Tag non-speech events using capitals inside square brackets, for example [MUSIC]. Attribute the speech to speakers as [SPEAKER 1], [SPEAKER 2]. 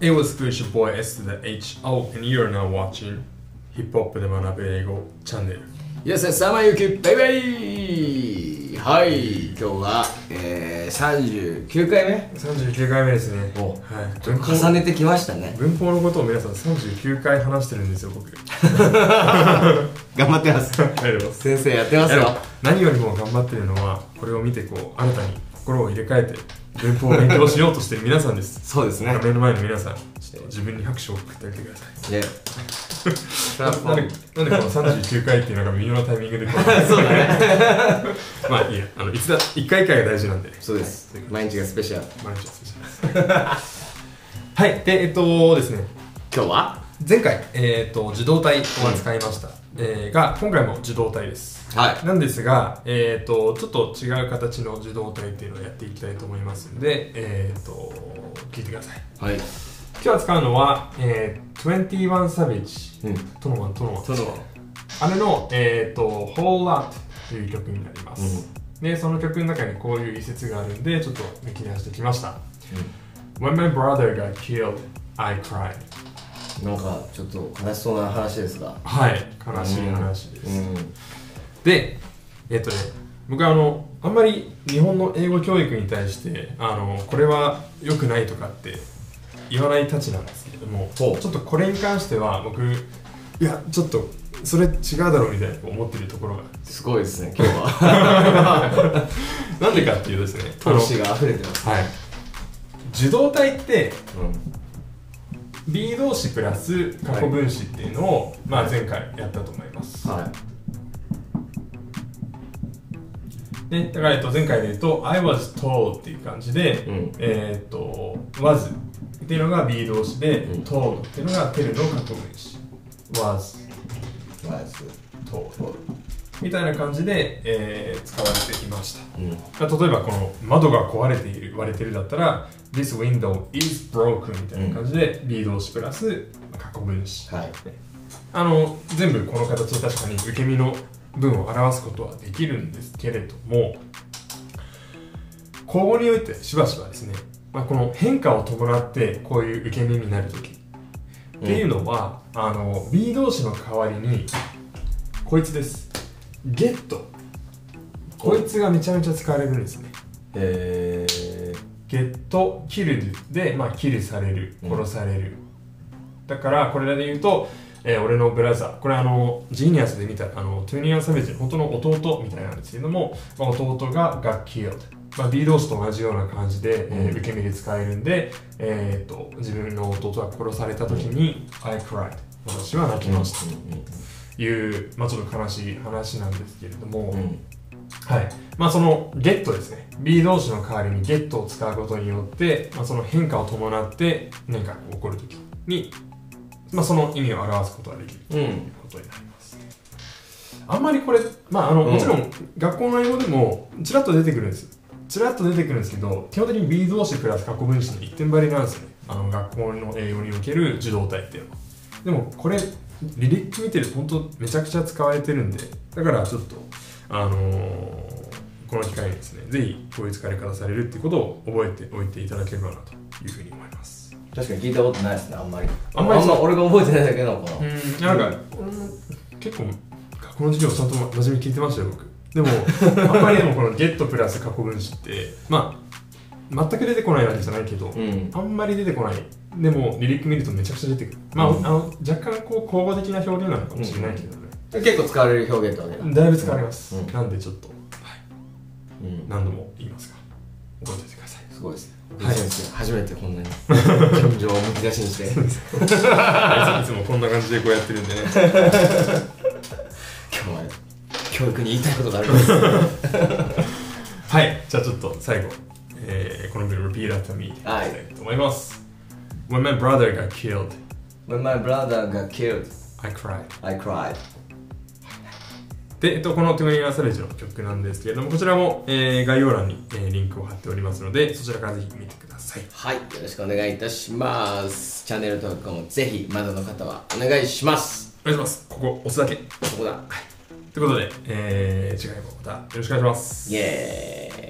[SPEAKER 1] It was good, your boy S to the H. Oh, and you're now watching Hip Hop で学べ英語チャンネル。
[SPEAKER 2] 皆さん、サマユキ、バイバイはい、今日は、えー、39回目
[SPEAKER 1] 39回目ですね。
[SPEAKER 2] お
[SPEAKER 1] はい、文法
[SPEAKER 2] 重ねてきましたね。
[SPEAKER 1] 文法のことを皆さん39回話してるんですよ、僕。
[SPEAKER 2] 頑張ってます。
[SPEAKER 1] ありがとうございます。
[SPEAKER 2] 先生やってます
[SPEAKER 1] いやで
[SPEAKER 2] よ
[SPEAKER 1] も。何よりも頑張ってるのは、これを見てこう、新たに心を入れ替えて、文法を勉強しようとしてる皆さん [LAUGHS] です。
[SPEAKER 2] そうですね。 [LAUGHS]
[SPEAKER 1] 目の前の皆さん、ちょっと自分に拍手を送ってあげてください。
[SPEAKER 2] ね。
[SPEAKER 1] なんでなんでこの39回っていうのが微妙なタイミングでこう [LAUGHS]
[SPEAKER 2] そうだね。
[SPEAKER 1] まあいいやあのいつだ一回一回が大事なんで
[SPEAKER 2] そうです。毎日がスペシャル。
[SPEAKER 1] マルチ失礼します [LAUGHS] はいでえっとですね
[SPEAKER 2] 今日は
[SPEAKER 1] 前回、えっと受動体を扱いました、えーが今回も受動体です
[SPEAKER 2] はい。
[SPEAKER 1] なんですが、えっとちょっと違う形の受動体っていうのをやっていきたいと思いますんで、えっと聞いてください
[SPEAKER 2] はい。
[SPEAKER 1] 今日扱うのは、えー、21サベージ
[SPEAKER 2] うん。
[SPEAKER 1] トノワントノワン
[SPEAKER 2] その、
[SPEAKER 1] あれの、えっ、と、Whole Lot という曲になります。で、その曲の中にこういう一節があるんで、ちょっと抜き出してきました。When my brother got killed, I cried.
[SPEAKER 2] なんか、ちょっと悲しそうな話ですが。
[SPEAKER 1] はい、悲しい話です。
[SPEAKER 2] うん。
[SPEAKER 1] で、えっ、とね、僕はあの、あんまり日本の英語教育に対して、あの、これは良くないとかって言わないたちなんですけれども、ち
[SPEAKER 2] ほ
[SPEAKER 1] ょ
[SPEAKER 2] う
[SPEAKER 1] っとこれに関しては僕、いや、ちょっと、それ違うだろうみたいな思ってるところが
[SPEAKER 2] すごいですね、今日は。 [LAUGHS]
[SPEAKER 1] なんでかっていうとですねあの
[SPEAKER 2] 闘志が溢れてます。
[SPEAKER 1] はい受動体って
[SPEAKER 2] うん。
[SPEAKER 1] B 動詞プラス過去分詞っていうのを、まあ、前回やったと思います、
[SPEAKER 2] は
[SPEAKER 1] ね、だから、えっと、前回で言うと「I was told」っていう感じで、
[SPEAKER 2] うん
[SPEAKER 1] えーっと「was」っていうのが B 動詞で
[SPEAKER 2] うん
[SPEAKER 1] 「told」っていうのが tell の過去分詞「was
[SPEAKER 2] い。ナイス。
[SPEAKER 1] told」みたいな感じで、えー使われていました
[SPEAKER 2] うん。
[SPEAKER 1] 例えばこの窓が壊れている割れてるだったら This window is broken みたいな感じで B 動詞プラス過去分詞
[SPEAKER 2] はい。
[SPEAKER 1] あの全部この形で確かに受け身の文を表すことはできるんですけれども口語においてしばしばですね、まあ、この変化を伴ってこういう受け身になる時っていうのは、あの B 動詞の代わりにこいつですゲットこいつがめちゃめちゃ使われるんですね
[SPEAKER 2] えー。
[SPEAKER 1] ゲット、キルで、まあ、キルされる、
[SPEAKER 2] うん
[SPEAKER 1] 殺される。だから、これらで言うと、えー俺のブラザー、これあの、ジーニアスで見た、あの、トゥニアン・サベージの本当の弟みたいなんですけれども、まあ、弟が got killed。まあ、B 同士と同じような感じで、えー
[SPEAKER 2] うん
[SPEAKER 1] 受け身で使えるんで、えーっと、自分の弟が殺された時に、I cried。私は泣きました。
[SPEAKER 2] う
[SPEAKER 1] という、まあ、ちょっと悲しい話なんですけれども、
[SPEAKER 2] んうん。うん。
[SPEAKER 1] はい。まあそのゲットですね。B 動詞の代わりにゲットを使うことによって、まあその変化を伴って何か起こるときに、まあその意味を表すことができると
[SPEAKER 2] う
[SPEAKER 1] いうんことになります。あんまりこれ、まああの、
[SPEAKER 2] うん
[SPEAKER 1] もちろん学校の英語でもちらっと出てくるんです。ちらっと出てくるんですけど、基本的に B 動詞プラス過去分詞の一点張りなんですよね。あの学校の英語における受動体っていうのは。でもこれ、リリック見てると本当めちゃくちゃ使われてるんで、だからちょっと、あのーこの機会にですね、ぜひこういう使い方されるっていうことを覚えておいていただければなというふうに思います。
[SPEAKER 2] 確かに聞いたことないですね、あんまり。
[SPEAKER 1] あんまりそう
[SPEAKER 2] 俺が覚えてないだけなのかな。
[SPEAKER 1] うん、なんか、結構、過去の授業ちゃんと真面目に聞いてましたよ、僕。でも、
[SPEAKER 2] [LAUGHS]
[SPEAKER 1] あんまりでもこのゲットプラス過去分詞って、まあ、全く出てこないわけじゃないけど、
[SPEAKER 2] うん。
[SPEAKER 1] あんまり出てこない。でも、リリック見るとめちゃくちゃ出てくる。まあ、
[SPEAKER 2] うん
[SPEAKER 1] あの若干こう、口語的な表現なのかもしれないけどね。
[SPEAKER 2] 結構使われる表現ってわけだ。
[SPEAKER 1] だいぶ使われます。
[SPEAKER 2] うん
[SPEAKER 1] なんでちょっと、
[SPEAKER 2] うん
[SPEAKER 1] 何度も言いますが、覚えておいてください。
[SPEAKER 2] すごいですね。
[SPEAKER 1] はい
[SPEAKER 2] 先生、初めてこんなに感情をむき出しに
[SPEAKER 1] [LAUGHS]
[SPEAKER 2] して。今 [LAUGHS]
[SPEAKER 1] いつもこんな感じでこうやってるんでね。
[SPEAKER 2] 日は教育に言いたいことがあるんです。
[SPEAKER 1] [LAUGHS] はい、じゃあちょっと最後、えー、この部分 repeat after me していきたいと思います。When my brother got killed,
[SPEAKER 2] When my brother got killed,
[SPEAKER 1] I cried.
[SPEAKER 2] I cried.
[SPEAKER 1] で、えっと、このトゥニア・サレージの曲なんですけれども、こちらも、えー、概要欄に、えーリンクを貼っておりますので、そちらからぜひ見てください。
[SPEAKER 2] はい、よろしくお願いいたします。チャンネル登録もぜひ、まだの方はお願いします。
[SPEAKER 1] お願いします。ここ押すだけ。
[SPEAKER 2] そこだ。
[SPEAKER 1] ということで、えー、次回もまたよろしくお願いします。
[SPEAKER 2] イェーイ。